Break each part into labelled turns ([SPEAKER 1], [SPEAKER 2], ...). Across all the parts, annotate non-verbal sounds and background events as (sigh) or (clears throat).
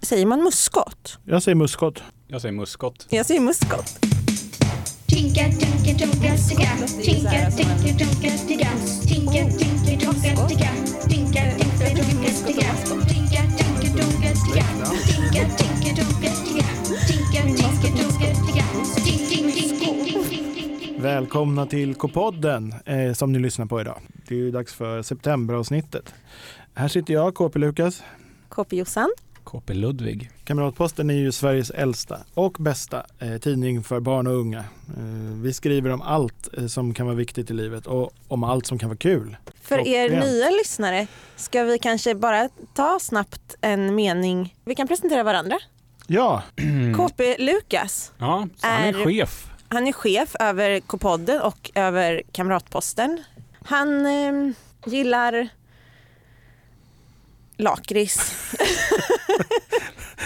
[SPEAKER 1] Säger man muskot?
[SPEAKER 2] Jag säger muskot.
[SPEAKER 3] Jag säger muskot.
[SPEAKER 1] Jag säger muskot.
[SPEAKER 4] Tinka, tinka, tinka, tinka. Tinka, tinka, tinka, tinka. Tinka, tinka, tinka, tinka. Tinka, tinka, tinka, tinka. Tinka, tinka, tinka, tinka. Tinka, tinka, tinka, tinka. Tinka, tinka, tinka, tinka. Tink, tink, tink, tink, tink, tink, tink, tink.
[SPEAKER 2] Välkomna till K-podden eh, som ni lyssnar på idag. Det är ju dags för septemberavsnittet. Här sitter jag, KP Lukas.
[SPEAKER 1] KP Jossan.
[SPEAKER 3] KP Ludvig.
[SPEAKER 2] Kamratposten är ju Sveriges äldsta och bästa eh, tidning för barn och unga. Eh, vi skriver om allt eh, som kan vara viktigt i livet och om allt som kan vara kul.
[SPEAKER 1] För er
[SPEAKER 2] Klockrent.
[SPEAKER 1] nya lyssnare ska vi kanske bara ta snabbt en mening. Vi kan presentera varandra.
[SPEAKER 2] Ja,
[SPEAKER 1] KP Lukas,
[SPEAKER 3] Ja, så han är
[SPEAKER 1] Är-
[SPEAKER 3] chef.
[SPEAKER 1] han är chef över K-podden och över Kamratposten. Han eh, gillar lakrits.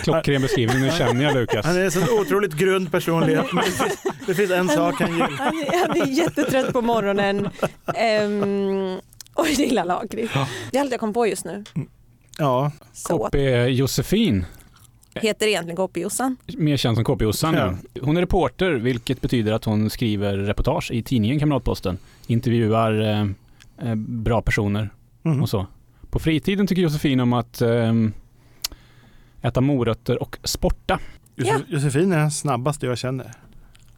[SPEAKER 3] Klockren beskrivning, nu känner jag Lukas.
[SPEAKER 2] han är en sån otroligt grund personlighet. Men det finns- Det finns en sak han gillar.
[SPEAKER 1] Han, är- han är jättetrött på morgonen ehm, och gillar lakrits.
[SPEAKER 3] Ja.
[SPEAKER 1] Det är allt jag kom på just nu.
[SPEAKER 2] Ja,
[SPEAKER 1] Så
[SPEAKER 3] KP Josefin,
[SPEAKER 1] heter egentligen KP Jossan.
[SPEAKER 3] mer känd som KP Jossan nu. Hon är reporter, vilket betyder att hon skriver reportage i tidningen Kamratposten. Intervjuar eh, eh, bra personer
[SPEAKER 2] mm.
[SPEAKER 3] och så. På fritiden tycker Josefin om att eh, äta morötter och sporta.
[SPEAKER 1] Ja.
[SPEAKER 2] Josef- Josefin är den snabbaste jag känner.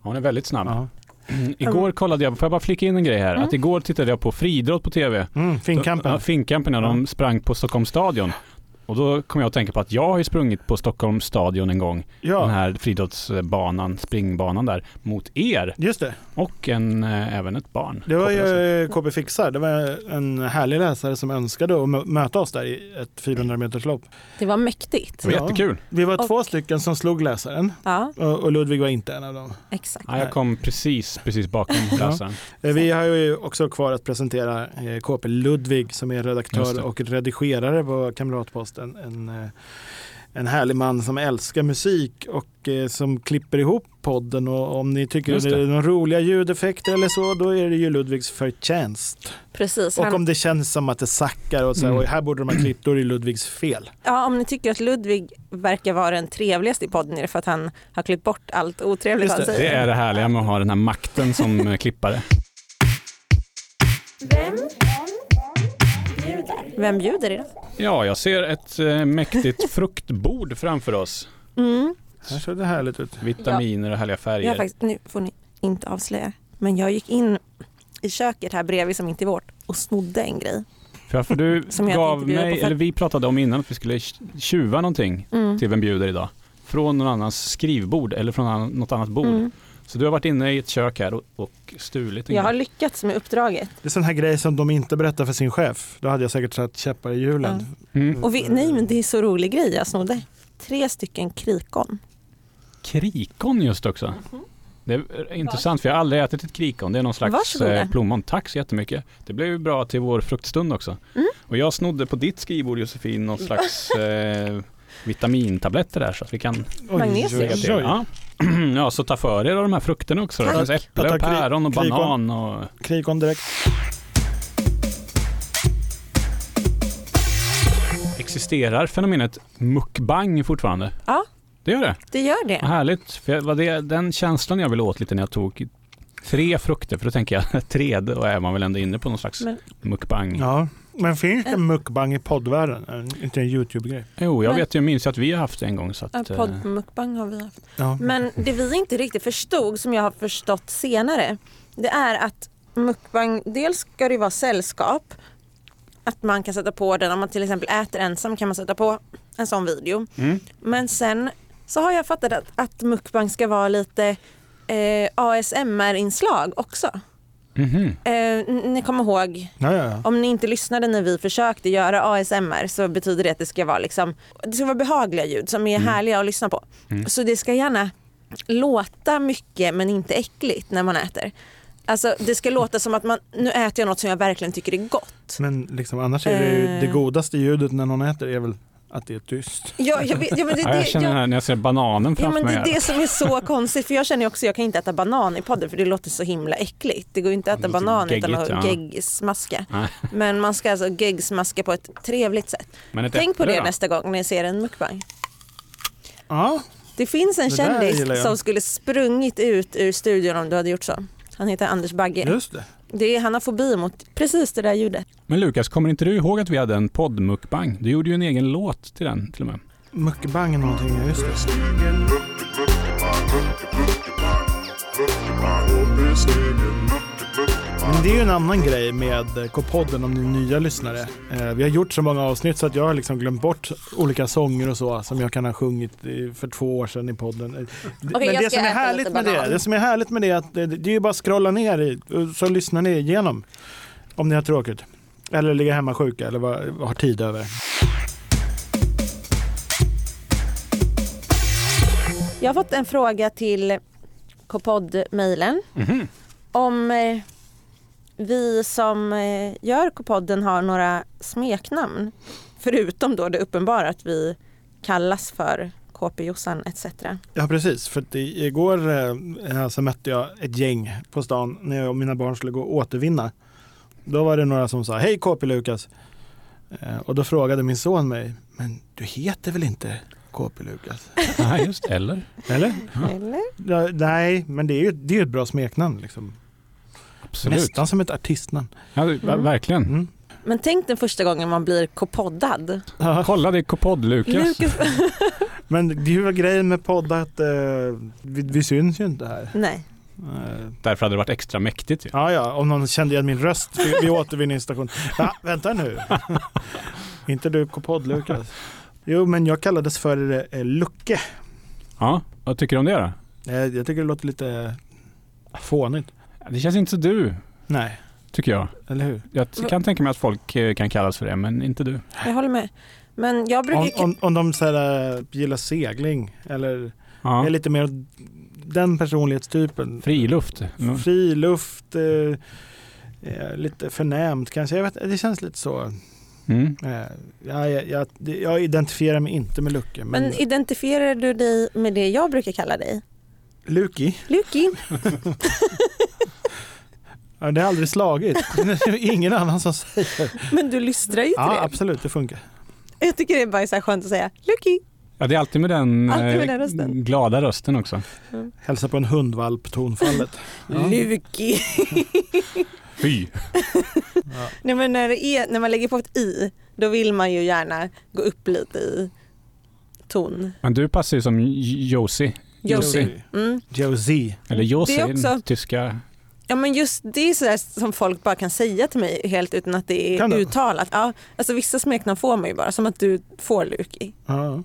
[SPEAKER 3] Hon är väldigt snabb.
[SPEAKER 2] Ja.
[SPEAKER 3] Mm, Igår kollade jag, får jag bara flicka in en grej här,
[SPEAKER 1] Mm.
[SPEAKER 3] att igår tittade jag på friidrott på tv.
[SPEAKER 2] Mm,
[SPEAKER 3] Ja,
[SPEAKER 2] Finnkampen.
[SPEAKER 3] Finnkampen, när de sprang på Stockholms stadion. Och då kom jag att tänka på att jag har ju sprungit på Stockholms stadion en gång. Den
[SPEAKER 2] Ja,
[SPEAKER 3] här friidrottsbanan, springbanan där, mot er
[SPEAKER 2] just det.
[SPEAKER 3] och en, eh, även ett barn.
[SPEAKER 2] Det var
[SPEAKER 3] Kopplas in.
[SPEAKER 2] ju KB Fixar, det var en härlig läsare som önskade att mö- möta oss där i ett 400 meters lopp.
[SPEAKER 1] Det var mäktigt.
[SPEAKER 3] Det var
[SPEAKER 2] Ja.
[SPEAKER 3] jättekul.
[SPEAKER 2] Vi var
[SPEAKER 1] Och-
[SPEAKER 2] två stycken som slog läsaren
[SPEAKER 1] Ja,
[SPEAKER 2] och och Ludvig var inte en av dem.
[SPEAKER 1] exakt.
[SPEAKER 3] Ja, jag kom precis, precis bakom läsaren.
[SPEAKER 2] Eh, Vi har ju också kvar att presentera eh, KP Ludvig som är
[SPEAKER 3] Just det.
[SPEAKER 2] redaktör och redigerare på Kamratposten. En, eh, en härlig man som älskar musik och eh, som klipper ihop podden och om ni tycker
[SPEAKER 3] Just
[SPEAKER 2] det.
[SPEAKER 3] det.
[SPEAKER 2] är några roliga ljudeffekter eller så då är det ju Ludvigs förtjänst.
[SPEAKER 1] Precis.
[SPEAKER 2] Och
[SPEAKER 1] Han,
[SPEAKER 2] om det känns som att det sackar och så här,
[SPEAKER 3] Mm.
[SPEAKER 2] "Oj, här borde de ha klippt, då är det Ludvigs fel.
[SPEAKER 1] ja, om ni tycker att Ludvig verkar vara den trevligaste i podden är det för att han har klippt bort allt otrevligt
[SPEAKER 2] Just
[SPEAKER 1] han
[SPEAKER 2] det.
[SPEAKER 1] säger.
[SPEAKER 3] Det är det härliga med att ha den här makten som eh, klippare.
[SPEAKER 1] Vem bjuder idag?
[SPEAKER 3] Ja, jag ser ett eh, mäktigt fruktbord framför oss.
[SPEAKER 1] Mm.
[SPEAKER 2] Här ser det härligt ut.
[SPEAKER 3] Vitaminer och härliga
[SPEAKER 1] Jag har
[SPEAKER 3] färger.
[SPEAKER 1] faktiskt, nu får ni inte avslöja, men jag gick in i köket här bredvid som inte är vårt och snodde en grej.
[SPEAKER 3] För, för du
[SPEAKER 1] Som jag
[SPEAKER 3] gav
[SPEAKER 1] tänkte bjuda på
[SPEAKER 3] mig,
[SPEAKER 1] för-
[SPEAKER 3] eller vi pratade om innan att vi skulle tjuva någonting
[SPEAKER 1] Mm.
[SPEAKER 3] till Vem bjuder idag? Från någon annans skrivbord eller från annan- något annat bord.
[SPEAKER 1] Mm.
[SPEAKER 3] Så du har varit inne i ett kök här och, och stulit en
[SPEAKER 1] Jag har
[SPEAKER 3] grej.
[SPEAKER 1] lyckats med uppdraget.
[SPEAKER 2] Det är sån här grej som de inte berättar för sin chef. Då hade jag säkert satt käppar i hjulen.
[SPEAKER 3] mm.
[SPEAKER 1] Och vi, nej men det är så rolig grej jag snodde. Tre stycken krikon.
[SPEAKER 3] Krikon just också.
[SPEAKER 1] Mhm.
[SPEAKER 3] Det är eh, intressant för jag har aldrig ätit ett krikon. Det är någon slags
[SPEAKER 1] Varsågoda.
[SPEAKER 3] eh, plommon. Tack så jättemycket. Det blev ju bra till vår fruktstund också.
[SPEAKER 1] Mm.
[SPEAKER 3] Och jag snodde på ditt skrivbord Josefin
[SPEAKER 1] (laughs)
[SPEAKER 3] någon slags eh, vitamintabletter där så att vi kan
[SPEAKER 2] Oj,
[SPEAKER 1] Magnesium.
[SPEAKER 2] oj,
[SPEAKER 3] lägga
[SPEAKER 2] oj.
[SPEAKER 3] till. Ja. (clears throat) ja, så ta för er av de här frukterna också. Det
[SPEAKER 2] Tack.
[SPEAKER 3] finns
[SPEAKER 2] Jag
[SPEAKER 3] äpple,
[SPEAKER 2] tar kri-
[SPEAKER 3] päron och
[SPEAKER 2] krikon.
[SPEAKER 3] banan och
[SPEAKER 2] Krikon direkt.
[SPEAKER 3] Existerar fenomenet mukbang fortfarande?
[SPEAKER 1] Ja.
[SPEAKER 3] Det gör det?
[SPEAKER 1] Det gör det.
[SPEAKER 3] Vad härligt. För jag- vad det, den känslan jag ville åt lite när jag tog tre frukter, för då tänker jag (laughs) tredje och är man väl ändå inne på någon slags
[SPEAKER 1] Men-
[SPEAKER 3] mukbang.
[SPEAKER 2] Ja. Men finns det mukbang i poddvärlden? Eh, Inte en YouTube-grej?
[SPEAKER 3] Jo, jag
[SPEAKER 1] Men-
[SPEAKER 3] vet ju, minns ju att vi har haft det en gång. Så
[SPEAKER 1] Ja,
[SPEAKER 3] att, eh,
[SPEAKER 1] Poddmukbang har vi haft.
[SPEAKER 2] Ja.
[SPEAKER 1] Men det vi inte riktigt förstod, som jag har förstått senare, det är att mukbang, dels ska det ju vara sällskap, att man kan sätta på den, om man till exempel äter ensam kan man sätta på en sån video.
[SPEAKER 3] Mm.
[SPEAKER 1] Men sen så har jag fattat att, att mukbang ska vara lite eh, ASMR-inslag också.
[SPEAKER 3] mhm.
[SPEAKER 1] Eh, n- ni kommer ihåg,
[SPEAKER 2] Ja, ja, ja.
[SPEAKER 1] om ni inte lyssnade när vi försökte göra ASMR så betyder det att det ska vara, liksom, det ska vara behagliga ljud som är
[SPEAKER 3] Mm.
[SPEAKER 1] härliga att lyssna på. Så det ska gärna låta mycket men inte äckligt när man äter. Alltså det ska låta som att man, nu äter jag något som jag verkligen tycker är gott.
[SPEAKER 2] Men liksom, annars är det ju
[SPEAKER 1] Eh.
[SPEAKER 2] det godaste ljudet när någon äter är väl att det är tyst.
[SPEAKER 1] Ja, jag, vet, ja,
[SPEAKER 3] (laughs)
[SPEAKER 1] men det,
[SPEAKER 3] ja,
[SPEAKER 1] det,
[SPEAKER 3] jag känner
[SPEAKER 1] jag,
[SPEAKER 3] när jag ser bananen
[SPEAKER 1] ja,
[SPEAKER 3] framför
[SPEAKER 1] men det
[SPEAKER 3] mig.
[SPEAKER 1] är
[SPEAKER 3] här.
[SPEAKER 1] det som är så konstigt för jag känner ju också jag kan inte äta banan i podden för det låter så himla äckligt. Det går ju inte att
[SPEAKER 3] Det
[SPEAKER 1] äta
[SPEAKER 3] låter
[SPEAKER 1] banan utan
[SPEAKER 3] geggigt,
[SPEAKER 1] att
[SPEAKER 3] ja.
[SPEAKER 1] geggsmaska.
[SPEAKER 3] Nej.
[SPEAKER 1] Men man ska alltså geggsmaska på ett trevligt sätt.
[SPEAKER 3] Men ett
[SPEAKER 1] Tänk på
[SPEAKER 3] äpple
[SPEAKER 1] det
[SPEAKER 3] då?
[SPEAKER 1] nästa gång ni ser en mukbang.
[SPEAKER 2] Ja,
[SPEAKER 1] Det finns en
[SPEAKER 2] Det där gillar
[SPEAKER 1] kändis
[SPEAKER 2] jag.
[SPEAKER 1] som skulle sprungit ut ur studion om du hade gjort så. Han heter Anders Bagge.
[SPEAKER 2] just det.
[SPEAKER 1] Det är, han har fobi mot precis det där ljudet.
[SPEAKER 3] Men Lukas, kommer inte du ihåg att vi hade en poddmukbang? Du gjorde ju en egen låt till den till och med.
[SPEAKER 2] Mukbang eller någonting, ja, just det. Men det är ju en annan grej med eh, K-podden om ni är nya lyssnare. Eh, Vi har gjort så många avsnitt så att jag har liksom glömt bort olika sånger och så som jag kan ha sjungit eh, för två år sedan i podden. Eh, det-
[SPEAKER 1] Okej, jag ska
[SPEAKER 2] det som, är
[SPEAKER 1] äta
[SPEAKER 2] härligt
[SPEAKER 1] lite
[SPEAKER 2] med det,
[SPEAKER 1] banan.
[SPEAKER 2] det som är härligt med det är att det, det är ju bara att scrolla ner i, och så lyssnar ni igenom om ni har tråkigt. Eller ligger hemma sjuka eller vad- har tid över.
[SPEAKER 1] Jag har fått en fråga till K-podd-mejlen
[SPEAKER 2] Mhm.
[SPEAKER 1] om eh, vi som eh, gör K-podden har några smeknamn. Förutom då det uppenbara att vi kallas för KP-Jossan etc.
[SPEAKER 2] Ja precis, för att i- igår eh, så mötte jag ett gäng på stan när jag och mina barn skulle gå och återvinna. Då var det några som sa hej KP Lukas. Eh, och då frågade min son mig, men du heter väl inte KP Lukas?
[SPEAKER 3] Nej, just Eller?
[SPEAKER 2] Eller?
[SPEAKER 1] Eller?
[SPEAKER 2] Ja, nej, men det är ju det är ju ett bra smeknamn. Liksom.
[SPEAKER 3] Absolut.
[SPEAKER 2] Nästan som ett artistnamn.
[SPEAKER 3] Ja, det- ver- verkligen.
[SPEAKER 2] Mm.
[SPEAKER 1] Men tänk den första gången man blir K-poddad.
[SPEAKER 2] Ja.
[SPEAKER 3] Kolla, det är podd Lukas.
[SPEAKER 1] Lukas...
[SPEAKER 2] Men det är ju grejen med podd att eh, vi, vi syns ju inte här.
[SPEAKER 1] (laughs) Nej.
[SPEAKER 2] Eh,
[SPEAKER 3] Därför hade det varit extra mäktigt ju.
[SPEAKER 2] Ja, ja, om någon kände igen min röst vid- vid återvinningsstationen. Va, vänta
[SPEAKER 3] (laughs)
[SPEAKER 2] nu. inte du K-podd Lukas? Jo, men jag kallades för eh, Lucke.
[SPEAKER 3] Ja, vad tycker du om det då?
[SPEAKER 2] Eh, jag tycker det låter lite eh, fånigt.
[SPEAKER 3] Det känns inte så du,
[SPEAKER 2] Nej,
[SPEAKER 3] tycker jag.
[SPEAKER 2] eller hur?
[SPEAKER 3] Jag t- kan tänka mig att folk eh, kan kallas för det, men inte du.
[SPEAKER 1] Jag håller med. Men jag
[SPEAKER 2] Om,
[SPEAKER 1] brukar...
[SPEAKER 2] om, om de så här, eh, gillar segling eller
[SPEAKER 3] Ja.
[SPEAKER 2] är lite mer den personlighetstypen.
[SPEAKER 3] Friluft. Mm.
[SPEAKER 2] Fri luft, eh, eh, lite förnämt kanske. Jag vet, det känns lite så.
[SPEAKER 3] Mm.
[SPEAKER 2] Eh, jag, jag, jag, jag identifierar mig inte med Lucke, men,
[SPEAKER 1] Men identifierar du dig med det jag brukar kalla dig?
[SPEAKER 2] Luki.
[SPEAKER 1] Luki?
[SPEAKER 2] Ja, det har aldrig slagit. (laughs) Det är ingen annan som säger
[SPEAKER 1] Men du lystrar ju till
[SPEAKER 2] (laughs) Ja, absolut, det funkar.
[SPEAKER 1] det. Jag tycker det är bara så här skönt att säga Luki.
[SPEAKER 3] Ja, det är alltid med den,
[SPEAKER 1] Alltid med
[SPEAKER 3] eh,
[SPEAKER 1] den rösten.
[SPEAKER 3] glada rösten också.
[SPEAKER 2] Hälsa på en hundvalp, (laughs) tonfallet.
[SPEAKER 1] Luki.
[SPEAKER 3] Fy.
[SPEAKER 1] Nej, men när, det är, när man lägger på ett i, då vill man ju gärna gå upp lite i ton.
[SPEAKER 3] Men du passar ju som J- Josie.
[SPEAKER 1] Josie. Mm.
[SPEAKER 2] Josie.
[SPEAKER 3] Eller Josie,
[SPEAKER 1] Det är också-
[SPEAKER 3] den tyska.
[SPEAKER 1] Ja men just det är sådär som folk bara kan säga till mig helt utan att det
[SPEAKER 2] Kan
[SPEAKER 1] är
[SPEAKER 2] du?
[SPEAKER 1] uttalat. Ja, alltså vissa smeknamn får man ju bara, som att du får Luki.
[SPEAKER 2] Ja.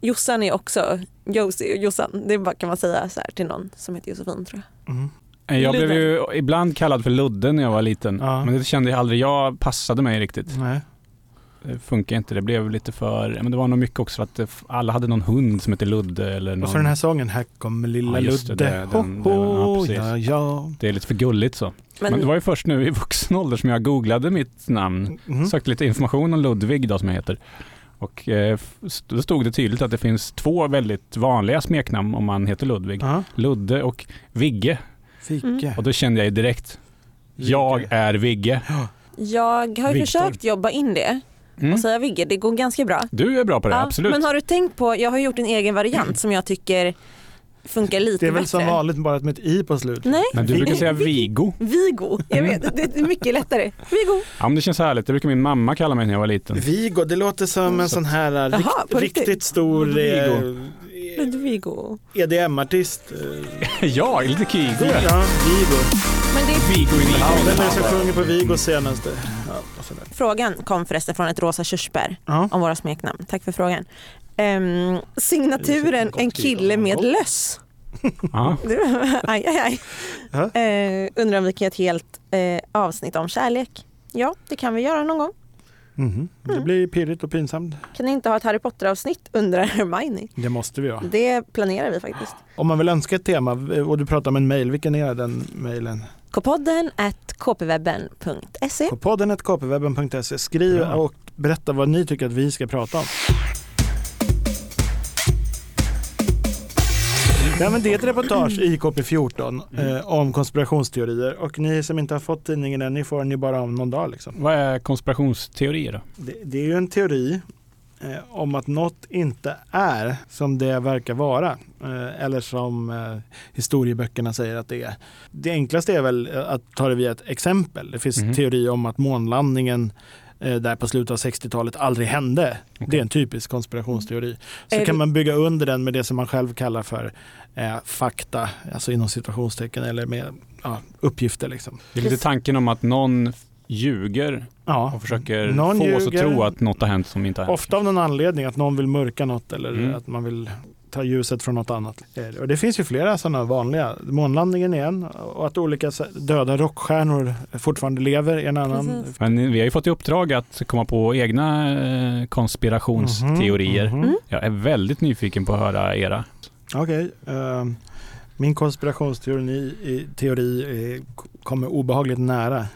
[SPEAKER 1] Jossan är också Josie och Jossan. Det är bara, kan man säga så här till någon som heter Josefin tror jag.
[SPEAKER 2] Mm.
[SPEAKER 3] Eh, Jag blev
[SPEAKER 1] Ludde.
[SPEAKER 3] ju ibland kallad för Ludde när jag var liten,
[SPEAKER 2] Ja.
[SPEAKER 3] men det kände jag aldrig, jag passade mig riktigt.
[SPEAKER 2] Nej.
[SPEAKER 3] Det funkar inte, det blev lite för, men det var nog mycket också för att det, alla hade någon hund som hette Ludde eller
[SPEAKER 2] Och
[SPEAKER 3] någon.
[SPEAKER 2] så den här sången, Här kommer lilla
[SPEAKER 3] Ja, just det,
[SPEAKER 2] Ludde.
[SPEAKER 3] det- den-
[SPEAKER 2] ho,
[SPEAKER 3] den- ja,
[SPEAKER 2] ho,
[SPEAKER 3] precis.
[SPEAKER 2] ja, ja.
[SPEAKER 3] Det är lite för gulligt så. Men,
[SPEAKER 1] Men,
[SPEAKER 3] det var ju först nu i vuxen ålder som jag googlade mitt namn.
[SPEAKER 2] Mm.
[SPEAKER 3] Sökte lite information om Ludvig då som jag heter. Och eh, f- st- då stod det tydligt att det finns två väldigt vanliga smeknamn om man heter Ludvig.
[SPEAKER 2] Ja.
[SPEAKER 3] Ludde och Vigge.
[SPEAKER 2] Fika.
[SPEAKER 1] Mm.
[SPEAKER 3] Och då kände jag ju direkt, jag är Vigge.
[SPEAKER 1] jag har ju
[SPEAKER 3] Viktor.
[SPEAKER 1] försökt jobba in det
[SPEAKER 3] Mm.
[SPEAKER 1] och
[SPEAKER 2] Alltså,
[SPEAKER 1] säga Vigge, det går ganska bra.
[SPEAKER 3] Du är bra på det,
[SPEAKER 1] Ja,
[SPEAKER 3] absolut.
[SPEAKER 1] Men har du tänkt på, jag har gjort en egen variant som jag tycker funkar lite
[SPEAKER 2] Det är väl
[SPEAKER 1] bättre.
[SPEAKER 2] som vanligt, bara med ett i på slut.
[SPEAKER 1] Nej,
[SPEAKER 3] Men Mm. du brukar säga Vigo.
[SPEAKER 1] Vigo. Jag vet, det är mycket lättare. Vigo.
[SPEAKER 3] Ja, men det känns härligt. Det brukar min mamma kalla mig när jag
[SPEAKER 2] (laughs)
[SPEAKER 3] var liten.
[SPEAKER 2] Vigo, det låter som
[SPEAKER 3] Mm.
[SPEAKER 2] en sån här eh, rikt,
[SPEAKER 1] Jaha, på riktigt?
[SPEAKER 2] riktigt stor eh,
[SPEAKER 1] Ludvigo.
[SPEAKER 2] EDM-artist. eh,
[SPEAKER 3] ja, lite Kigo.
[SPEAKER 2] Ja, Vigo.
[SPEAKER 1] Men det
[SPEAKER 3] Vigo i
[SPEAKER 2] Ja,
[SPEAKER 3] Vigo.
[SPEAKER 2] vem är det som sjunger på Vigos senaste? Ja, och sådär.
[SPEAKER 1] Frågan kom förresten från ett rosa körsbär
[SPEAKER 2] Ja.
[SPEAKER 1] om våra smeknamn. Tack för frågan. Ehm, signaturen en kille med löss.
[SPEAKER 3] Ja.
[SPEAKER 1] Du, (laughs) aj, aj, aj.
[SPEAKER 2] Ja.
[SPEAKER 1] Eh, undrar om vi kan göra ett helt eh, avsnitt om kärlek. Ja, det kan vi göra någon gång.
[SPEAKER 2] Mhm. Det blir pirrigt och pinsamt.
[SPEAKER 1] Kan ni inte ha ett Harry Potter-avsnitt, undrar Hermione.
[SPEAKER 2] Det måste vi ha.
[SPEAKER 1] Det planerar vi faktiskt.
[SPEAKER 2] Om man vill önska ett tema eh, och du pratar om en mejl, vilken är den mejlen?
[SPEAKER 1] Kpodden at kpwebben.se.
[SPEAKER 2] På podden kpwebben.se. Skriv
[SPEAKER 3] Bra.
[SPEAKER 2] och berätta vad ni tycker att vi ska prata om. Ja, men det är ett reportage i KP14 eh, om konspirationsteorier och ni som inte har fått tidningen än, ni får den ju bara om någon dag. Liksom.
[SPEAKER 3] Vad är konspirationsteorier då?
[SPEAKER 2] Det, det är ju en teori eh, om att något inte är som det verkar vara eh, eller som eh, historieböckerna säger att det är. Det enklaste är väl eh, att ta det via ett exempel. Det finns
[SPEAKER 3] Mhm.
[SPEAKER 2] teori om att månlandningen eh, där på slutet av 60-talet aldrig hände. Det är en typisk konspirationsteori. Så
[SPEAKER 1] Mm. Är
[SPEAKER 2] kan
[SPEAKER 1] det-
[SPEAKER 2] man bygga under den med det som man själv kallar för eh, fakta, alltså inom citationstecken eller med ja, uppgifter. Liksom.
[SPEAKER 3] Det är lite tanken om att någon ljuger
[SPEAKER 2] Ja.
[SPEAKER 3] och försöker
[SPEAKER 2] Någon
[SPEAKER 3] få oss att
[SPEAKER 2] ljuger.
[SPEAKER 3] tro att något har hänt som inte har hänt.
[SPEAKER 2] Ofta av någon anledning, att någon vill mörka något eller
[SPEAKER 3] Mm.
[SPEAKER 2] att man vill ta ljuset från något annat. Eh, Och det finns ju flera sådana vanliga. Månlandningen är en och att olika så- döda rockstjärnor fortfarande lever är en annan.
[SPEAKER 1] Precis.
[SPEAKER 3] Men vi har ju fått i uppdrag att komma på egna eh, konspirationsteorier.
[SPEAKER 2] Mhm, mhm.
[SPEAKER 1] Mm.
[SPEAKER 3] Jag är väldigt nyfiken på att höra era.
[SPEAKER 2] Okej. ehm, min konspirationsteori i, teori eh, k- kommer obehagligt nära.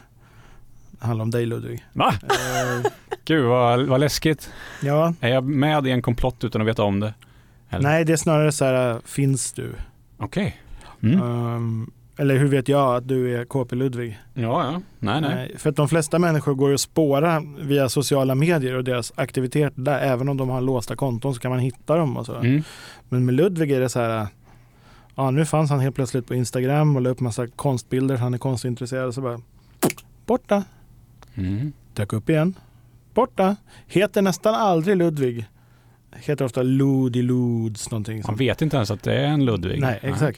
[SPEAKER 2] Det handlar om dig Ludvig.
[SPEAKER 3] Va?
[SPEAKER 2] Eh,
[SPEAKER 3] Gud vad, vad läskigt.
[SPEAKER 2] ja,
[SPEAKER 3] Är jag med i en komplott utan att veta om det? Eller?
[SPEAKER 2] nej det är snarare så här, finns du?
[SPEAKER 3] Okej. Mm.
[SPEAKER 2] Ehm, eller hur vet jag att du är KP Ludvig?
[SPEAKER 3] Ja, ja. Nej, Ah, nej.
[SPEAKER 2] Nej, Eh, För att de flesta människor går ju att spåra via sociala medier och deras aktivitet där. Även om de har låsta konton så kan man hitta dem och så.
[SPEAKER 3] Mm.
[SPEAKER 2] Men med Ludvig är det så här, eh, ja nu fanns han helt plötsligt på Instagram och la upp massa konstbilder, han är konstintresserad och så bara borta,
[SPEAKER 3] Mm.
[SPEAKER 2] dök upp igen, borta, heter nästan aldrig Ludvig, heter ofta Ludi Luds någonting.
[SPEAKER 3] Man
[SPEAKER 2] Som,
[SPEAKER 3] vet inte ens att det är en Ludvig.
[SPEAKER 2] Nej, exakt.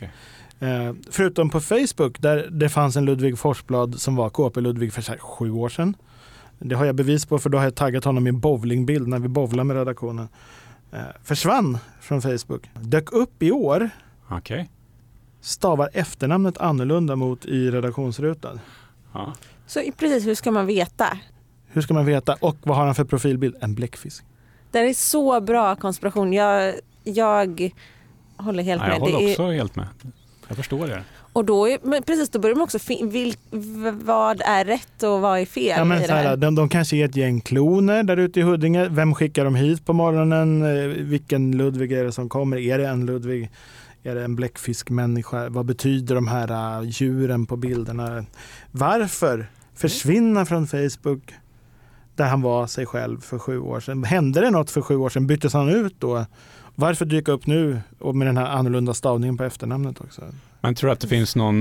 [SPEAKER 3] okej.
[SPEAKER 2] eh, förutom på Facebook där det fanns en Ludvig Forsblad som var KP Ludvig för så här, sju år sedan. Det har jag bevis på för då har jag taggat honom i en bowlingbild när vi bowlar med redaktionen. Eh, försvann från Facebook, dök upp i år
[SPEAKER 3] Ah, Okej.
[SPEAKER 2] stavar efternamnet annorlunda mot i redaktionsrutan.
[SPEAKER 3] Ja.
[SPEAKER 1] Så i- precis, hur ska man veta?
[SPEAKER 2] Hur ska man veta? Och vad har han för profilbild? En bläckfisk.
[SPEAKER 1] Det här är så bra konspiration. Jag, jag håller helt
[SPEAKER 3] Nej,
[SPEAKER 1] med.
[SPEAKER 3] jag håller
[SPEAKER 1] Det är,
[SPEAKER 3] också helt med. Jag förstår det.
[SPEAKER 1] och då, är, men precis, då börjar man också fin- vil, v- vad är rätt och vad är fel
[SPEAKER 2] Ja, men
[SPEAKER 1] i
[SPEAKER 2] så
[SPEAKER 1] det
[SPEAKER 2] här,
[SPEAKER 1] här.
[SPEAKER 2] de, de kanske är ett gäng kloner där ute i Huddinge. Vem skickar de hit på morgonen? Eh, Vilken Ludvig är det som kommer? Är det en Ludvig? Är det en bläckfiskmänniska? Vad betyder de här eh, djuren på bilderna? Varför försvinna från Facebook där han var sig själv för sju år sedan? Hände det något för sju år sedan? Byttes han ut då? Varför dyka upp nu och med den här annorlunda stavningen på efternamnet också?
[SPEAKER 3] Men tror du att det finns någon,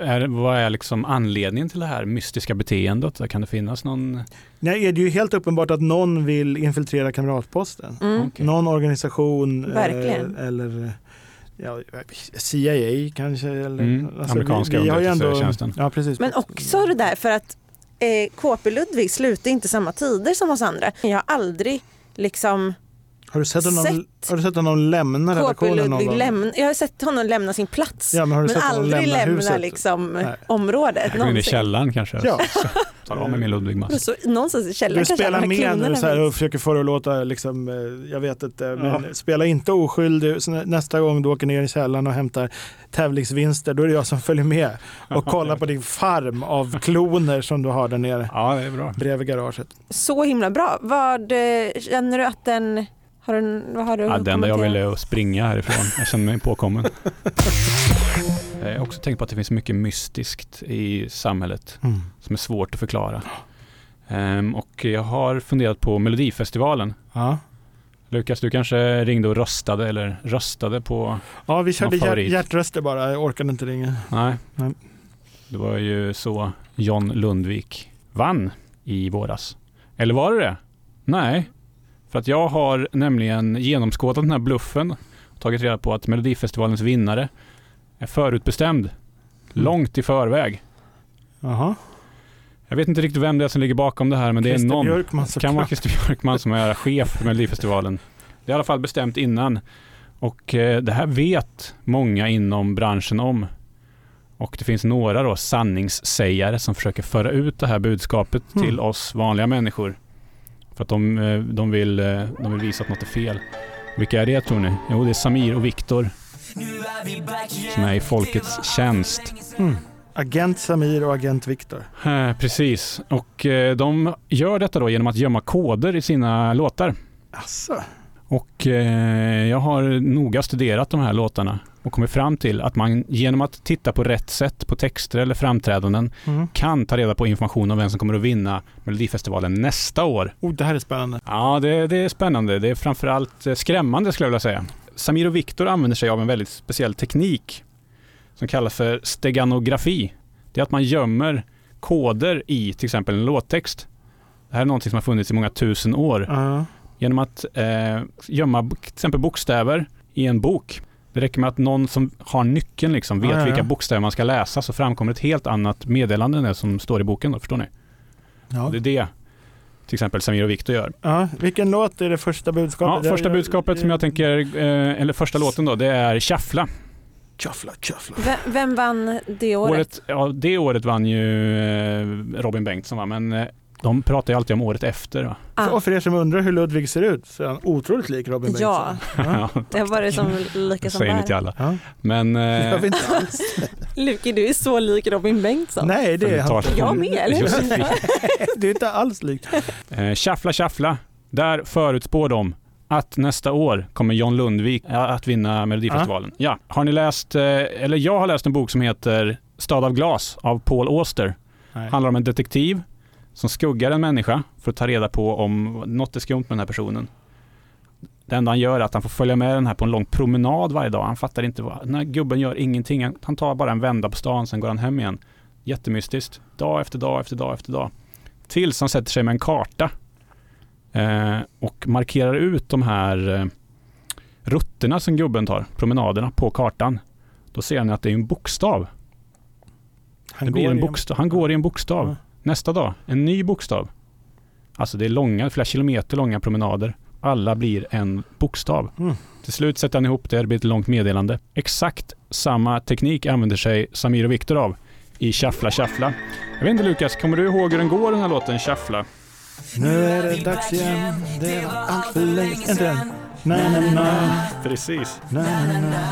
[SPEAKER 3] är, vad är liksom anledningen till det här mystiska beteendet? Kan det finnas någon?
[SPEAKER 2] Nej, det är ju helt uppenbart att någon vill infiltrera kamratposten.
[SPEAKER 1] Mm.
[SPEAKER 3] Okej.
[SPEAKER 2] Någon organisation. eh,
[SPEAKER 1] Verkligen.
[SPEAKER 2] Eller ja, CIA kanske. Eller, alltså,
[SPEAKER 3] Mm, amerikanska underrättelsetjänsten.
[SPEAKER 2] Ja, precis.
[SPEAKER 1] Men också det där för att eh, KP Ludvig slutar inte samma tider som oss andra. Jag har aldrig liksom
[SPEAKER 2] har, du sett honom,
[SPEAKER 1] sett
[SPEAKER 2] har du sett honom lämna
[SPEAKER 1] KP
[SPEAKER 2] redaktionen någon
[SPEAKER 1] Ludvig
[SPEAKER 2] gång?
[SPEAKER 1] lämna, jag har sett honom lämna sin plats.
[SPEAKER 2] ja, men har du
[SPEAKER 1] Men
[SPEAKER 2] sett honom
[SPEAKER 1] aldrig
[SPEAKER 2] lämna,
[SPEAKER 1] lämna,
[SPEAKER 2] huset?
[SPEAKER 1] liksom
[SPEAKER 2] Nej.
[SPEAKER 1] området.
[SPEAKER 3] Jag går in i
[SPEAKER 1] någonsin.
[SPEAKER 3] källaren kanske.
[SPEAKER 2] Ja,
[SPEAKER 3] Tar av mig min Ludvig mask.
[SPEAKER 1] Så, någonstans i källaren
[SPEAKER 2] du
[SPEAKER 1] kanske alla
[SPEAKER 2] spelar med nu
[SPEAKER 1] klonerna
[SPEAKER 2] så här,
[SPEAKER 1] finns.
[SPEAKER 2] och försöker få det att låta, liksom, eh, jag vet inte, men spela inte oskyldig. Så nä- Nästa gång du åker ner i källaren och hämtar tävlingsvinster, då är det jag som följer med och kollar på din farm av kloner som du har där nere
[SPEAKER 3] Ja, det är bra.
[SPEAKER 2] bredvid garaget.
[SPEAKER 1] Så himla bra. Vad eh, känner du att den... Har du, vad har du
[SPEAKER 3] Ja,
[SPEAKER 1] att
[SPEAKER 3] det enda jag
[SPEAKER 1] kommentera?
[SPEAKER 3] ville är att springa härifrån. Jag känner mig påkommen. Jag har också tänkt på att det finns mycket mystiskt i samhället som är svårt att förklara. Ehm, och jag har funderat på Melodifestivalen.
[SPEAKER 2] Ja.
[SPEAKER 3] Lukas, du kanske ringde och röstade eller röstade på...
[SPEAKER 2] ja, vi körde
[SPEAKER 3] Någon
[SPEAKER 2] hjär-
[SPEAKER 3] favorit?
[SPEAKER 2] hjärtröster bara, jag orkade inte ringa.
[SPEAKER 3] Nej.
[SPEAKER 2] Nej.
[SPEAKER 3] Det var ju så John Lundvik vann i våras. Eller var det det? Nej. För att jag har nämligen genomskådat den här bluffen och tagit reda på att Melodifestivalens vinnare är förutbestämd.
[SPEAKER 2] Mm.
[SPEAKER 3] Långt i förväg.
[SPEAKER 2] Jaha.
[SPEAKER 3] Jag vet inte riktigt vem det är som ligger bakom det här men det är
[SPEAKER 2] Christer
[SPEAKER 3] någon.
[SPEAKER 2] Björkman
[SPEAKER 3] Det
[SPEAKER 2] såklart.
[SPEAKER 3] kan vara Christer Björkman som är chef för Melodifestivalen. Det är i alla fall bestämt innan. Och eh, det här vet många inom branschen om. Och det finns några då sanningssägare som försöker föra ut det här budskapet
[SPEAKER 2] Mm.
[SPEAKER 3] till oss vanliga människor. För att de, eh, de, vill, eh, de vill visa att något är fel. Vilka är det tror ni? Jo, det är Samir och Viktor som är i folkets tjänst.
[SPEAKER 2] Mm. Agent Samir och agent Viktor.
[SPEAKER 3] Eh, Precis, och eh, de gör detta då genom att gömma koder i sina låtar.
[SPEAKER 2] Asså.
[SPEAKER 3] Och eh, jag har noga studerat de här låtarna och kommit fram till att man genom att titta på rätt sätt på texter eller framträdanden
[SPEAKER 2] Mm.
[SPEAKER 3] kan ta reda på information om vem som kommer att vinna Melodifestivalen nästa år.
[SPEAKER 2] Oh, det här är spännande.
[SPEAKER 3] Ja, det, det är spännande. Det är framförallt eh, skrämmande skulle jag vilja säga. Samir och Viktor använder sig av en väldigt speciell teknik som kallas för steganografi. Det är att man gömmer koder i till exempel en låttext. Det här är någonting som har funnits i många tusen år
[SPEAKER 2] Ja.
[SPEAKER 3] genom att eh, gömma b- till exempel bokstäver i en bok. Det räcker med att någon som har nyckeln liksom vet
[SPEAKER 2] Ja, ja, ja.
[SPEAKER 3] vilka bokstäver man ska läsa så framkommer ett helt annat meddelande än det som står i boken. Då, förstår ni?
[SPEAKER 2] Ja.
[SPEAKER 3] Det är det till exempel Samir och Viktor gör.
[SPEAKER 2] Ja. Vilken låt är det första
[SPEAKER 3] Ja,
[SPEAKER 2] budskapet?
[SPEAKER 3] första budskapet som jag tänker, eh, eller första låten då, det är Tjaffla.
[SPEAKER 2] Tjaffla, tjaffla.
[SPEAKER 1] Vem, vem vann det året?
[SPEAKER 3] Året, ja, det året vann ju eh, Robin Bengtsson va, men eh, de pratar ju alltid om året efter. Va?
[SPEAKER 1] Ah.
[SPEAKER 2] Och för er som undrar hur Ludvig ser ut så är han otroligt lik Robin Bengtsson.
[SPEAKER 1] Ja,
[SPEAKER 2] Ja.
[SPEAKER 3] (laughs)
[SPEAKER 1] det var det som lika
[SPEAKER 3] det
[SPEAKER 1] som
[SPEAKER 3] säger ni till
[SPEAKER 1] var.
[SPEAKER 3] alla.
[SPEAKER 2] Ja.
[SPEAKER 3] Men
[SPEAKER 2] Det gör
[SPEAKER 3] eh,
[SPEAKER 2] vi inte
[SPEAKER 1] Alltså.
[SPEAKER 2] alls.
[SPEAKER 1] Luki, du är så lik Robin Bengtsson.
[SPEAKER 2] Nej, det är han inte.
[SPEAKER 1] Jag med, eller hur?
[SPEAKER 3] Josefin.
[SPEAKER 2] (laughs) Det är inte alls likt.
[SPEAKER 3] Eh, Tjaffla tjaffla, där förutspår de att nästa år kommer John Lundvik eh, att vinna Melodifestivalen. Ja. Har ni läst, eh, eller jag har läst en bok som heter Stad av glas av Paul Auster.
[SPEAKER 2] Nej.
[SPEAKER 3] Handlar om en detektiv som skuggar en människa för att ta reda på om något är skumt med den här personen. Det enda han gör är att han får följa med den här på en lång promenad varje dag. Han fattar inte vad, den här gubben gör ingenting. Han- Han tar bara en vända på stan, sen går han hem igen. Jättemystiskt. Dag efter dag efter dag efter dag. Tills han sätter sig med en karta eh, och markerar ut de här eh, rutterna som gubben tar, promenaderna, på kartan. Då ser han att det är en bokstav.
[SPEAKER 2] Han
[SPEAKER 3] Det blir
[SPEAKER 2] går
[SPEAKER 3] en
[SPEAKER 2] igen.
[SPEAKER 3] bokstav. Han går i en bokstav.
[SPEAKER 2] Ja.
[SPEAKER 3] Nästa dag, en ny bokstav. Alltså det är långa, flera kilometer långa promenader. Alla blir en bokstav.
[SPEAKER 2] Mm.
[SPEAKER 3] Till slut sätter han ihop det, det blir ett långt meddelande. Exakt samma teknik använder sig Samir och Viktor av i Tjaffla Tjaffla. Jag vet inte Lukas, kommer du ihåg hur den går den här låten Tjaffla?
[SPEAKER 2] Nu är det dags igen. Det var allt för länge sedan. Na, na, na,
[SPEAKER 3] Precis.
[SPEAKER 2] na, na, na.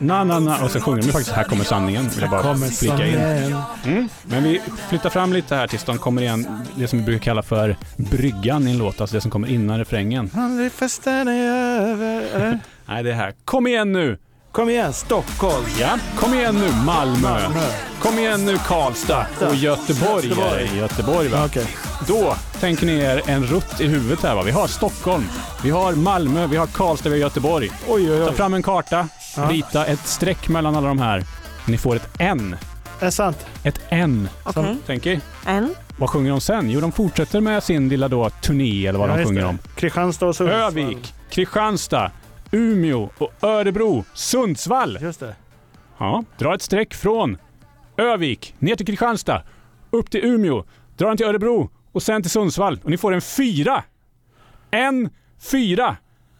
[SPEAKER 3] Na, na, na. Och så sjunger de faktiskt Här kommer sanningen, vill jag bara flika in.
[SPEAKER 2] sanningen.
[SPEAKER 3] Mm. Men vi flyttar fram lite här tills de kommer igen, det som vi brukar kalla för bryggan i en låt, alltså det som kommer innan refrängen.
[SPEAKER 2] Aldrig festen är över. eller?
[SPEAKER 3] Nej, det är här. Kom igen nu!
[SPEAKER 2] Kom igen, Stockholm.
[SPEAKER 3] Ja, kom igen nu Malmö! Kom igen nu Karlstad och Göteborg.
[SPEAKER 2] Göteborg.
[SPEAKER 3] Göteborg va?
[SPEAKER 2] Okej.
[SPEAKER 3] Då tänker ni er en rutt i huvudet här va? Vi har Stockholm, vi har Malmö, vi har Karlstad, vi har Göteborg.
[SPEAKER 2] Oj, oj,
[SPEAKER 3] Ta
[SPEAKER 2] oj.
[SPEAKER 3] fram en karta, rita ett streck mellan alla de här. Ni får ett N.
[SPEAKER 2] Är det sant?
[SPEAKER 3] Ett N.
[SPEAKER 1] Okej.
[SPEAKER 3] Tänk er.
[SPEAKER 1] En.
[SPEAKER 3] Vad sjunger de sen? Jo, de fortsätter med sin lilla då turné eller vad
[SPEAKER 2] Ja,
[SPEAKER 3] de
[SPEAKER 2] just
[SPEAKER 3] sjunger
[SPEAKER 2] det.
[SPEAKER 3] om.
[SPEAKER 2] Kristianstad och Sundsvall.
[SPEAKER 3] Övik, Kristianstad, Umeå och Örebro, Sundsvall.
[SPEAKER 2] Just det.
[SPEAKER 3] Ja, dra ett streck från Övik, ner till Kristianstad, upp till Umeå, dra den till Örebro och sen till Sundsvall. Och ni får en fyra! En fyra!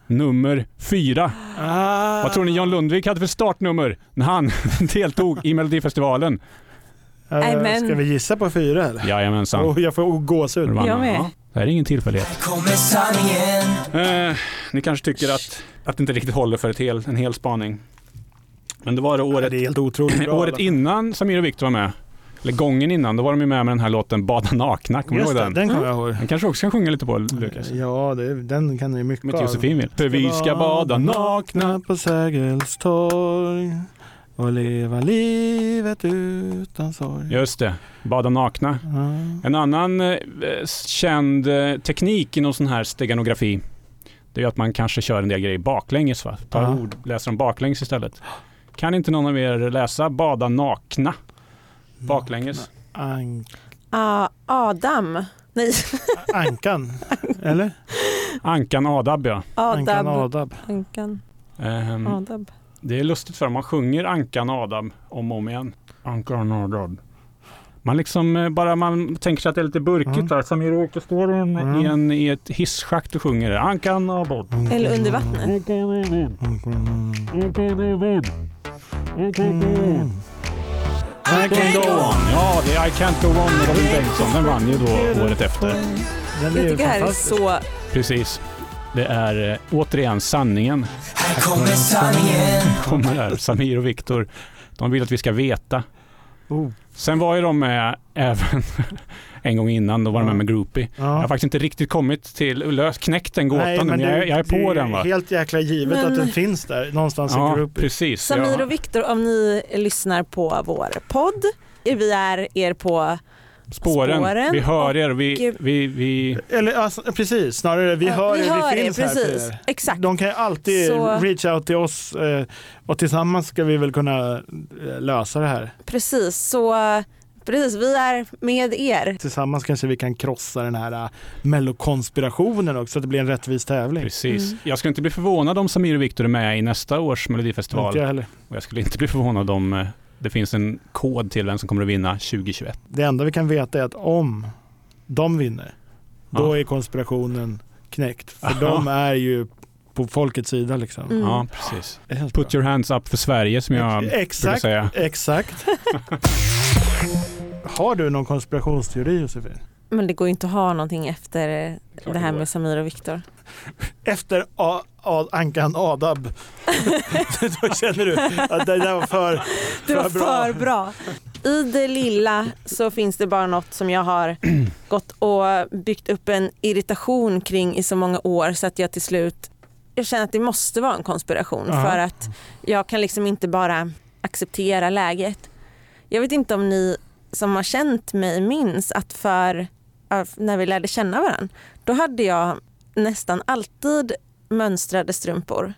[SPEAKER 3] Nummer fyra.
[SPEAKER 2] Ah,
[SPEAKER 3] Vad tror ni John Lundvik hade för startnummer när han (laughs) deltog i Melodifestivalen?
[SPEAKER 2] eh,
[SPEAKER 1] Amen.
[SPEAKER 2] Ska vi gissa på fyra eller?
[SPEAKER 3] Jajamensan.
[SPEAKER 2] Oh, jag får gåshud.
[SPEAKER 3] Vann
[SPEAKER 1] Jag
[SPEAKER 3] han.
[SPEAKER 1] med.
[SPEAKER 3] Ja, Det här är ingen tillfällighet.
[SPEAKER 5] Kommer sanningen
[SPEAKER 3] Eh, ni kanske tycker att, att det inte riktigt håller för ett hel, en hel spaning. Men det var det året
[SPEAKER 2] Det är helt otroligt bra.
[SPEAKER 3] Året innan Samir och Viktor var med, eller gången innan, då var de ju med med den här låten Bada nakna. Kommer du
[SPEAKER 2] Just
[SPEAKER 3] ihåg
[SPEAKER 2] det,
[SPEAKER 3] den? Mm.
[SPEAKER 2] den kommer
[SPEAKER 1] Mm.
[SPEAKER 2] jag ihåg.
[SPEAKER 3] Den kanske också kan sjunga lite på, Lukas.
[SPEAKER 2] Ja, det, den kan ni mycket
[SPEAKER 3] Om
[SPEAKER 2] av.
[SPEAKER 3] inte Josefin vill. För vi ska bada nakna.
[SPEAKER 2] på Sergels torg och leva livet utan sorg. Mm.
[SPEAKER 3] Just det, Bada nakna.
[SPEAKER 2] Ja.
[SPEAKER 3] En annan eh, eh, känd eh, teknik inom sån här steganografi, det är ju att man kanske kör en del grejer baklänges. Va? Tar
[SPEAKER 2] Ja.
[SPEAKER 3] ord, läser dem baklänges istället. Kan inte någon av er läsa Bada nakna? Baklänges.
[SPEAKER 2] An-
[SPEAKER 1] Ah, Adam. Nej, (laughs)
[SPEAKER 2] ankan, eller?
[SPEAKER 3] Ankan Adab ja.
[SPEAKER 2] Ankan
[SPEAKER 1] Adab.
[SPEAKER 2] Adab.
[SPEAKER 1] Ankan
[SPEAKER 3] Ehm,
[SPEAKER 1] Adab.
[SPEAKER 3] Det är lustigt för man sjunger Ankan Adam om och om igen. Ankan Adam. Man liksom eh, bara man tänker sig att det är lite burkigt
[SPEAKER 2] Mm.
[SPEAKER 3] där. Samir och Viktor står i en-
[SPEAKER 2] Mm.
[SPEAKER 3] i, en, i ett hisschakt och sjunger det. Ankan Adam.
[SPEAKER 1] Eller under vattnet. Mm.
[SPEAKER 2] Mm.
[SPEAKER 3] I can't go on. Ja, det är I can't go on med Robin Bengtsson. Den vann ju då året efter.
[SPEAKER 2] Den
[SPEAKER 1] Jag
[SPEAKER 2] är ju
[SPEAKER 1] tycker det här är
[SPEAKER 2] fantastisk.
[SPEAKER 1] så...
[SPEAKER 3] Precis. Det är eh, återigen sanningen.
[SPEAKER 5] Här kommer sanningen
[SPEAKER 3] Kommer här. Samir och Viktor. De vill att vi ska veta.
[SPEAKER 2] Oh.
[SPEAKER 3] Sen var ju de med även (laughs) en gång innan, då var de med med Groupie. Jag har
[SPEAKER 2] Ja.
[SPEAKER 3] faktiskt inte riktigt kommit till, löst, knäckt den gåtan nu, men
[SPEAKER 2] det-
[SPEAKER 3] jag, jag är
[SPEAKER 2] det
[SPEAKER 3] på den va.
[SPEAKER 2] Helt alltså, jäkla givet
[SPEAKER 1] Men-
[SPEAKER 2] att den finns där någonstans i
[SPEAKER 3] Ja,
[SPEAKER 2] gruppen.
[SPEAKER 3] precis.
[SPEAKER 1] Samir
[SPEAKER 3] Ja.
[SPEAKER 1] och Viktor, om ni lyssnar på vår podd, vi är er på
[SPEAKER 3] Spåren.
[SPEAKER 1] spåren
[SPEAKER 3] Vi hör er, vi,
[SPEAKER 1] och-
[SPEAKER 3] vi, vi,
[SPEAKER 2] Eller alltså, precis, snarare vi
[SPEAKER 1] Ja,
[SPEAKER 2] hör
[SPEAKER 1] vi
[SPEAKER 2] er,
[SPEAKER 1] hör
[SPEAKER 2] vi
[SPEAKER 1] er,
[SPEAKER 2] finns här
[SPEAKER 1] precis.
[SPEAKER 2] för er.
[SPEAKER 1] Exakt.
[SPEAKER 2] De kan ju alltid
[SPEAKER 1] Så-
[SPEAKER 2] reach out till oss eh, och tillsammans ska vi väl kunna eh, lösa det här.
[SPEAKER 1] Precis, så precis, vi är med er.
[SPEAKER 2] Tillsammans kanske vi kan krossa den här eh, mellokonspirationen också så att det blir en rättvis tävling.
[SPEAKER 3] precis.
[SPEAKER 1] Mm.
[SPEAKER 3] Jag skulle inte bli förvånad om Samir och Viktor är med i nästa års Melodifestival.
[SPEAKER 2] Inte jag heller.
[SPEAKER 3] Och jag skulle inte bli förvånad om eh, det finns en kod till vem som kommer att vinna 2021.
[SPEAKER 2] Det enda vi kan veta är att om de vinner, då
[SPEAKER 3] Ja.
[SPEAKER 2] är konspirationen knäckt. För
[SPEAKER 3] Aha.
[SPEAKER 2] de är ju på folkets sida liksom.
[SPEAKER 1] Mm.
[SPEAKER 3] Ja, precis.
[SPEAKER 2] Det är helt
[SPEAKER 3] Put your hands up för Sverige som
[SPEAKER 2] (laughs)
[SPEAKER 3] jag
[SPEAKER 2] Ex-
[SPEAKER 3] brukar
[SPEAKER 2] Exakt,
[SPEAKER 3] säga.
[SPEAKER 2] (laughs) exakt. Har du någon konspirationsteori Josefin?
[SPEAKER 1] Men det går ju inte att ha någonting efter
[SPEAKER 3] klart
[SPEAKER 1] det här
[SPEAKER 3] det går.
[SPEAKER 1] med Samir och Viktor.
[SPEAKER 2] Efter A- A- Ankan Adab, (laughs) då känner du att det där var för...
[SPEAKER 1] Det var
[SPEAKER 2] För bra.
[SPEAKER 1] för bra. I det lilla så finns det bara något som jag
[SPEAKER 2] (clears throat)
[SPEAKER 1] har gått och byggt upp en irritation kring i så många år så att jag till slut jag känner att det måste vara en konspiration
[SPEAKER 2] Ja.
[SPEAKER 1] för att jag kan liksom inte bara acceptera läget. Jag vet inte om ni som har känt mig minns att för ja, när vi lärde känna varandra då hade jag nästan alltid mönstrade strumpor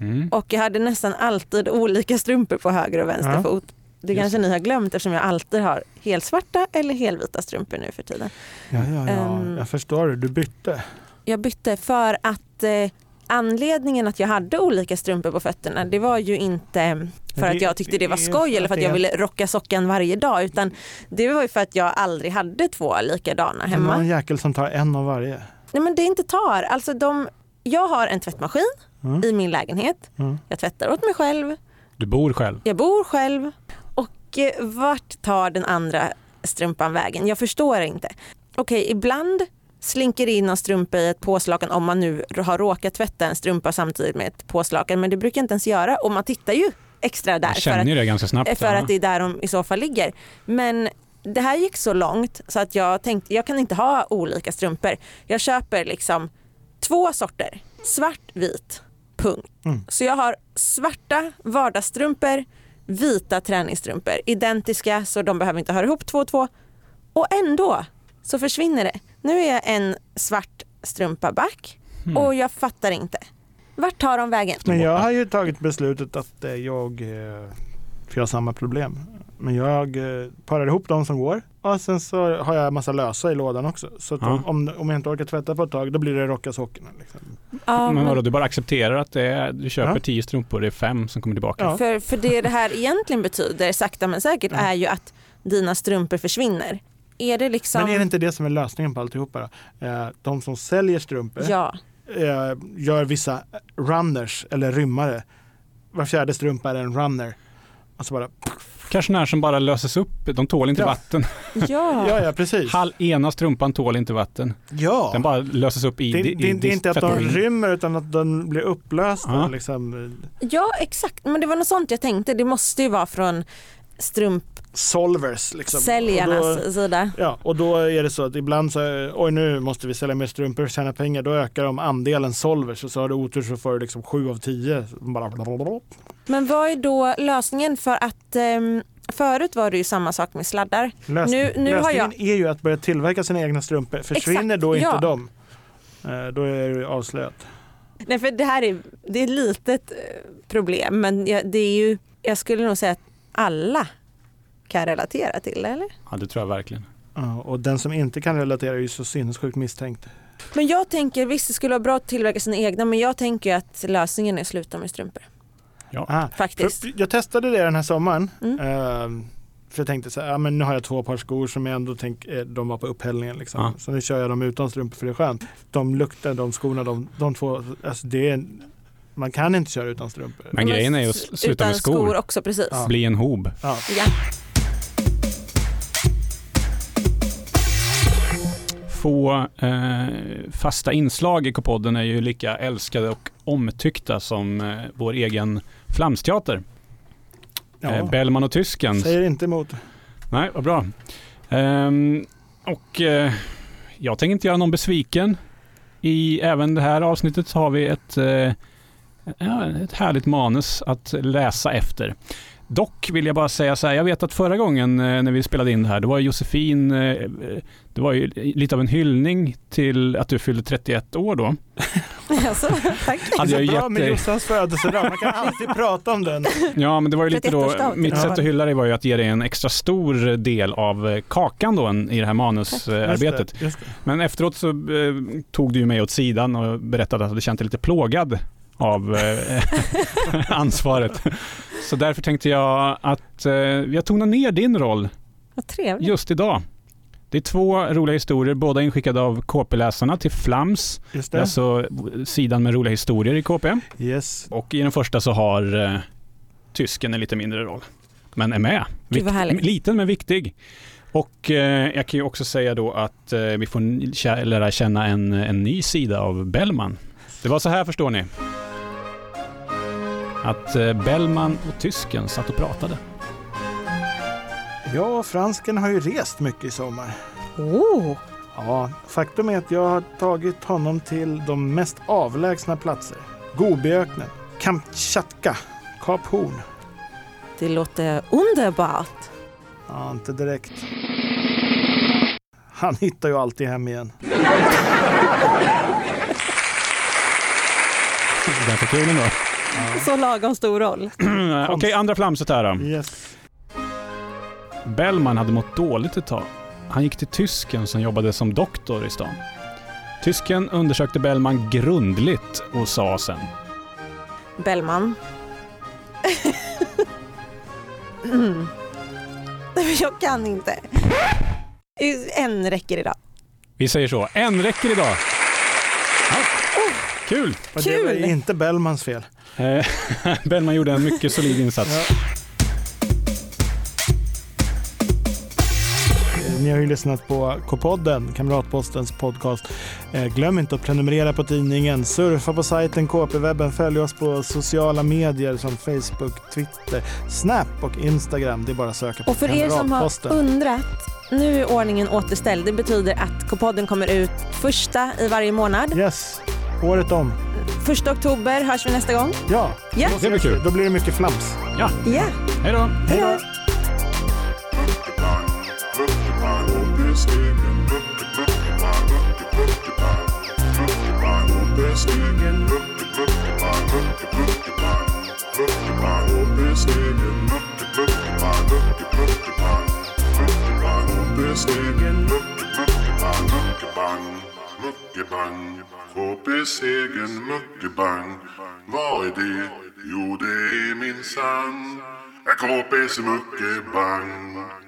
[SPEAKER 3] Mm.
[SPEAKER 1] och jag hade nästan alltid olika strumpor på höger och vänster
[SPEAKER 2] Ja.
[SPEAKER 1] fot. Det
[SPEAKER 3] Just
[SPEAKER 1] kanske ni har glömt eftersom jag alltid har helsvarta eller helvita strumpor nu för tiden.
[SPEAKER 2] Ja, ja, ja.
[SPEAKER 1] Ehm.
[SPEAKER 2] Jag förstår det. Du bytte.
[SPEAKER 1] Jag bytte för att eh, anledningen att jag hade olika strumpor på fötterna det var ju inte eh, för
[SPEAKER 2] Men det-
[SPEAKER 1] att jag tyckte det var
[SPEAKER 2] det är
[SPEAKER 1] skoj
[SPEAKER 2] för
[SPEAKER 1] eller för
[SPEAKER 2] att
[SPEAKER 1] att jag
[SPEAKER 2] det-
[SPEAKER 1] ville rocka sockan varje dag utan det var ju för att jag aldrig hade två likadana
[SPEAKER 2] Det är
[SPEAKER 1] hemma.
[SPEAKER 2] någon jäkel som tar en av varje.
[SPEAKER 1] Nej men det inte tar. Alltså de, jag har en tvättmaskin
[SPEAKER 2] Mm.
[SPEAKER 1] i min lägenhet.
[SPEAKER 2] Mm.
[SPEAKER 1] Jag tvättar åt mig själv.
[SPEAKER 3] Du bor själv.
[SPEAKER 1] Jag bor själv och eh, vart tar den andra strumpan vägen? Jag förstår inte. Okej, ibland slinker det in någon strumpa i ett påslakan om man nu har råkat tvätta en strumpa samtidigt med ett påslakan men det brukar jag inte ens göra och man tittar ju extra där
[SPEAKER 3] Jag
[SPEAKER 1] för
[SPEAKER 3] känner
[SPEAKER 1] att,
[SPEAKER 3] ju det ganska snabbt.
[SPEAKER 1] för
[SPEAKER 3] ja.
[SPEAKER 1] att det är där de i så fall ligger. Men det här gick så långt så att jag tänkte jag kan inte ha olika strumpor. Jag köper liksom två sorter, svart, vit, punkt.
[SPEAKER 2] Mm.
[SPEAKER 1] Så jag har svarta vardagsstrumpor, vita träningsstrumpor, identiska så de behöver inte höra ihop två och två. Och ändå så försvinner det. Nu är jag en svart strumpa back
[SPEAKER 3] Mm.
[SPEAKER 1] och jag fattar inte. Vart tar de vägen?
[SPEAKER 2] Men jag
[SPEAKER 3] borta.
[SPEAKER 2] har ju tagit beslutet att eh, jag, eh, för jag har samma problem, men jag eh, parar ihop de som går och sen så har jag massa lösa i lådan också. Så att
[SPEAKER 3] Ja.
[SPEAKER 2] om- om, om jag inte orkar tvätta på ett tag då blir det rocka sockorna. Liksom.
[SPEAKER 1] Ja,
[SPEAKER 3] Mm. Men
[SPEAKER 1] men-
[SPEAKER 3] vadå, du bara accepterar att det är, du köper
[SPEAKER 2] Ja.
[SPEAKER 3] tio strumpor, det är fem som kommer tillbaka.
[SPEAKER 2] Ja.
[SPEAKER 1] För, för det det här egentligen betyder, sakta men säkert, är ju att dina strumpor försvinner. Är det liksom...
[SPEAKER 2] Men är det inte det som är lösningen på alltihopa då? Eh, de som säljer strumpor
[SPEAKER 1] Ja,
[SPEAKER 2] eh, gör vissa runners eller rymmare. Var fjärde strumpa är en runner. Och så bara,
[SPEAKER 3] Kanske den här som bara löses upp, de tål inte
[SPEAKER 2] Ja.
[SPEAKER 3] vatten.
[SPEAKER 1] ja.
[SPEAKER 2] (laughs) ja ja precis.
[SPEAKER 3] Hall, ena strumpan tål inte vatten.
[SPEAKER 2] Ja.
[SPEAKER 3] Den bara löses upp i
[SPEAKER 2] det,
[SPEAKER 3] i-
[SPEAKER 2] det, det, är
[SPEAKER 3] i
[SPEAKER 2] inte att de
[SPEAKER 3] tvättmaskinen.
[SPEAKER 2] rymmer utan att de blir upplösta.
[SPEAKER 3] Ja.
[SPEAKER 2] Liksom,
[SPEAKER 1] ja, exakt. Men det var något sånt jag tänkte. Det måste ju vara från
[SPEAKER 2] solvers. Liksom. Och
[SPEAKER 1] strumpsäljarnas
[SPEAKER 2] då,
[SPEAKER 1] sida.
[SPEAKER 2] ja, och då är det så att ibland så, oj nu måste vi sälja mer strumpor för att tjäna pengar. Då ökar de andelen solvers och så har du otur så får du liksom sju av tio. Så Bara,
[SPEAKER 1] Men vad är då lösningen för att ehm, förut var det ju samma sak med sladdar.
[SPEAKER 2] Lös,
[SPEAKER 1] Nu- nu har
[SPEAKER 2] lösningen
[SPEAKER 1] jag-
[SPEAKER 2] är ju att börja tillverka sina egna strumpor. Försvinner
[SPEAKER 1] Exakt,
[SPEAKER 2] då inte
[SPEAKER 1] ja.
[SPEAKER 2] de, eh, då är det avslöjat.
[SPEAKER 1] Nej, för det här är, det är ett litet eh, problem men jag, det är ju, jag skulle nog säga att alla kan relatera till det, eller?
[SPEAKER 3] Ja, det tror jag verkligen.
[SPEAKER 2] Ja, och den som inte kan relatera är ju så sinnessjukt misstänkt.
[SPEAKER 1] Men jag tänker, visst det skulle vara bra att tillverka sina egna men jag tänker ju att lösningen är att sluta med strumpor.
[SPEAKER 2] Ah,
[SPEAKER 1] Faktiskt.
[SPEAKER 2] För jag testade det den här sommaren.
[SPEAKER 1] Mm.
[SPEAKER 2] Eh, för jag tänkte så här, ja, men nu har jag två par skor som jag ändå tänk, eh, de var på upphällningen. Liksom.
[SPEAKER 3] Ja.
[SPEAKER 2] Så nu kör jag dem utan strumpor för det är skönt. De luktar, de skorna, de, de två, alltså det är, man kan inte köra utan strumpor.
[SPEAKER 3] Men grejen är ju att
[SPEAKER 1] s-
[SPEAKER 3] sluta
[SPEAKER 1] utan
[SPEAKER 3] med skor.
[SPEAKER 1] skor också, precis.
[SPEAKER 2] Ja.
[SPEAKER 3] Bli en hob.
[SPEAKER 2] Ja.
[SPEAKER 1] Ja.
[SPEAKER 3] Få eh, fasta inslag i K-podden är ju lika älskade och omtyckta som eh, vår egen flamsteater.
[SPEAKER 2] Ja.
[SPEAKER 3] Eh, Bellman och tysken.
[SPEAKER 2] Säger inte emot.
[SPEAKER 3] Nej, vad bra. Ehm, och eh, jag tänker inte göra någon besviken. I även det här avsnittet har vi ett, eh, ja, ett härligt manus att läsa efter. Dock vill jag bara säga så här, jag vet att förra gången eh, när vi spelade in det här, det var ju Josefin, eh, det var ju lite av en hyllning till att du fyllde 31 år då.
[SPEAKER 1] (laughs) Alltså, tack.
[SPEAKER 3] Hade jag
[SPEAKER 2] det
[SPEAKER 3] ju
[SPEAKER 2] är så bra
[SPEAKER 3] gett
[SPEAKER 2] med
[SPEAKER 3] dig- Eh,
[SPEAKER 2] Jossans födelsedag, man kan alltid prata om
[SPEAKER 3] (laughs)
[SPEAKER 2] den.
[SPEAKER 3] Ja, men det var ju lite då,
[SPEAKER 1] 31-årsdag.
[SPEAKER 3] mitt
[SPEAKER 2] Ja.
[SPEAKER 3] sätt att hylla dig var ju att ge dig en extra stor del av eh, kakan då en, i det här manusarbetet.
[SPEAKER 2] Just det, just det.
[SPEAKER 3] Men efteråt så eh, tog du ju mig åt sidan och berättade att du känt dig lite plågad av eh, (laughs) ansvaret. Så därför tänkte jag att eh, jag tonar ner din roll
[SPEAKER 1] Vad trevligt.
[SPEAKER 3] just idag. Det är två roliga historier, båda inskickade av KP-läsarna till Flams,
[SPEAKER 2] Just
[SPEAKER 3] det är
[SPEAKER 2] det.
[SPEAKER 3] alltså sidan med roliga historier i KP.
[SPEAKER 2] Yes.
[SPEAKER 3] Och i den första så har eh, tysken en lite mindre roll, men är med.
[SPEAKER 1] Gud, vad härligt.
[SPEAKER 3] liten men viktig. Och eh, jag kan ju också säga då att eh, vi får n- kä- lära känna en, en ny sida av Bellman. Det var så här förstår ni. Att eh, Bellman och tysken satt och pratade.
[SPEAKER 2] Jag och fransken har ju rest mycket i sommar.
[SPEAKER 1] Oh,
[SPEAKER 2] Ja, faktum är att jag har tagit honom till de mest avlägsna platser. Gobiöknen, Kamtjatka, Kap Horn.
[SPEAKER 1] det låter underbart.
[SPEAKER 2] Ja, inte direkt. Han hittar ju alltid hem igen.
[SPEAKER 3] Den för kulen då.
[SPEAKER 1] Så lagom stor roll.
[SPEAKER 3] (clears throat) Okej, andra flamset här då.
[SPEAKER 2] Yes.
[SPEAKER 3] Bellman hade mått dåligt ett tag. Han gick till tysken som jobbade som doktor i stan. Tysken undersökte Bellman grundligt och sa sen
[SPEAKER 1] Bellman. (laughs) mm. (laughs) Nej, men Jag kan inte. En räcker idag.
[SPEAKER 3] Vi säger så. En räcker idag. Ja. Kul!
[SPEAKER 2] Och det var
[SPEAKER 1] Kul!
[SPEAKER 2] inte Bellmans fel.
[SPEAKER 3] Eh, (laughs) Bellman gjorde en mycket solid insats.
[SPEAKER 2] Ja. Ni har ju lyssnat på K-podden, Kamratpostens podcast. Eh, glöm inte att prenumerera på tidningen, surfa på sajten KP-webben, följ oss på sociala medier som Facebook, Twitter, Snap och Instagram. Det är bara att söka på
[SPEAKER 1] Och för er som har
[SPEAKER 2] Kamratposten.
[SPEAKER 1] undrat, nu är ordningen återställd. Det betyder att K-podden kommer ut första i varje månad.
[SPEAKER 2] Yes, året om.
[SPEAKER 1] Första oktober hörs vi nästa gång.
[SPEAKER 2] Ja,
[SPEAKER 1] Ja.
[SPEAKER 2] Då
[SPEAKER 3] Det blir
[SPEAKER 2] ses vi.
[SPEAKER 3] kul.
[SPEAKER 2] Då blir det mycket flams.
[SPEAKER 3] Ja,
[SPEAKER 1] Ja,
[SPEAKER 3] hej då!
[SPEAKER 1] hej då!
[SPEAKER 5] Egen muckebang, vad är det? Jo, det är min sann. Jag KP's muckebang.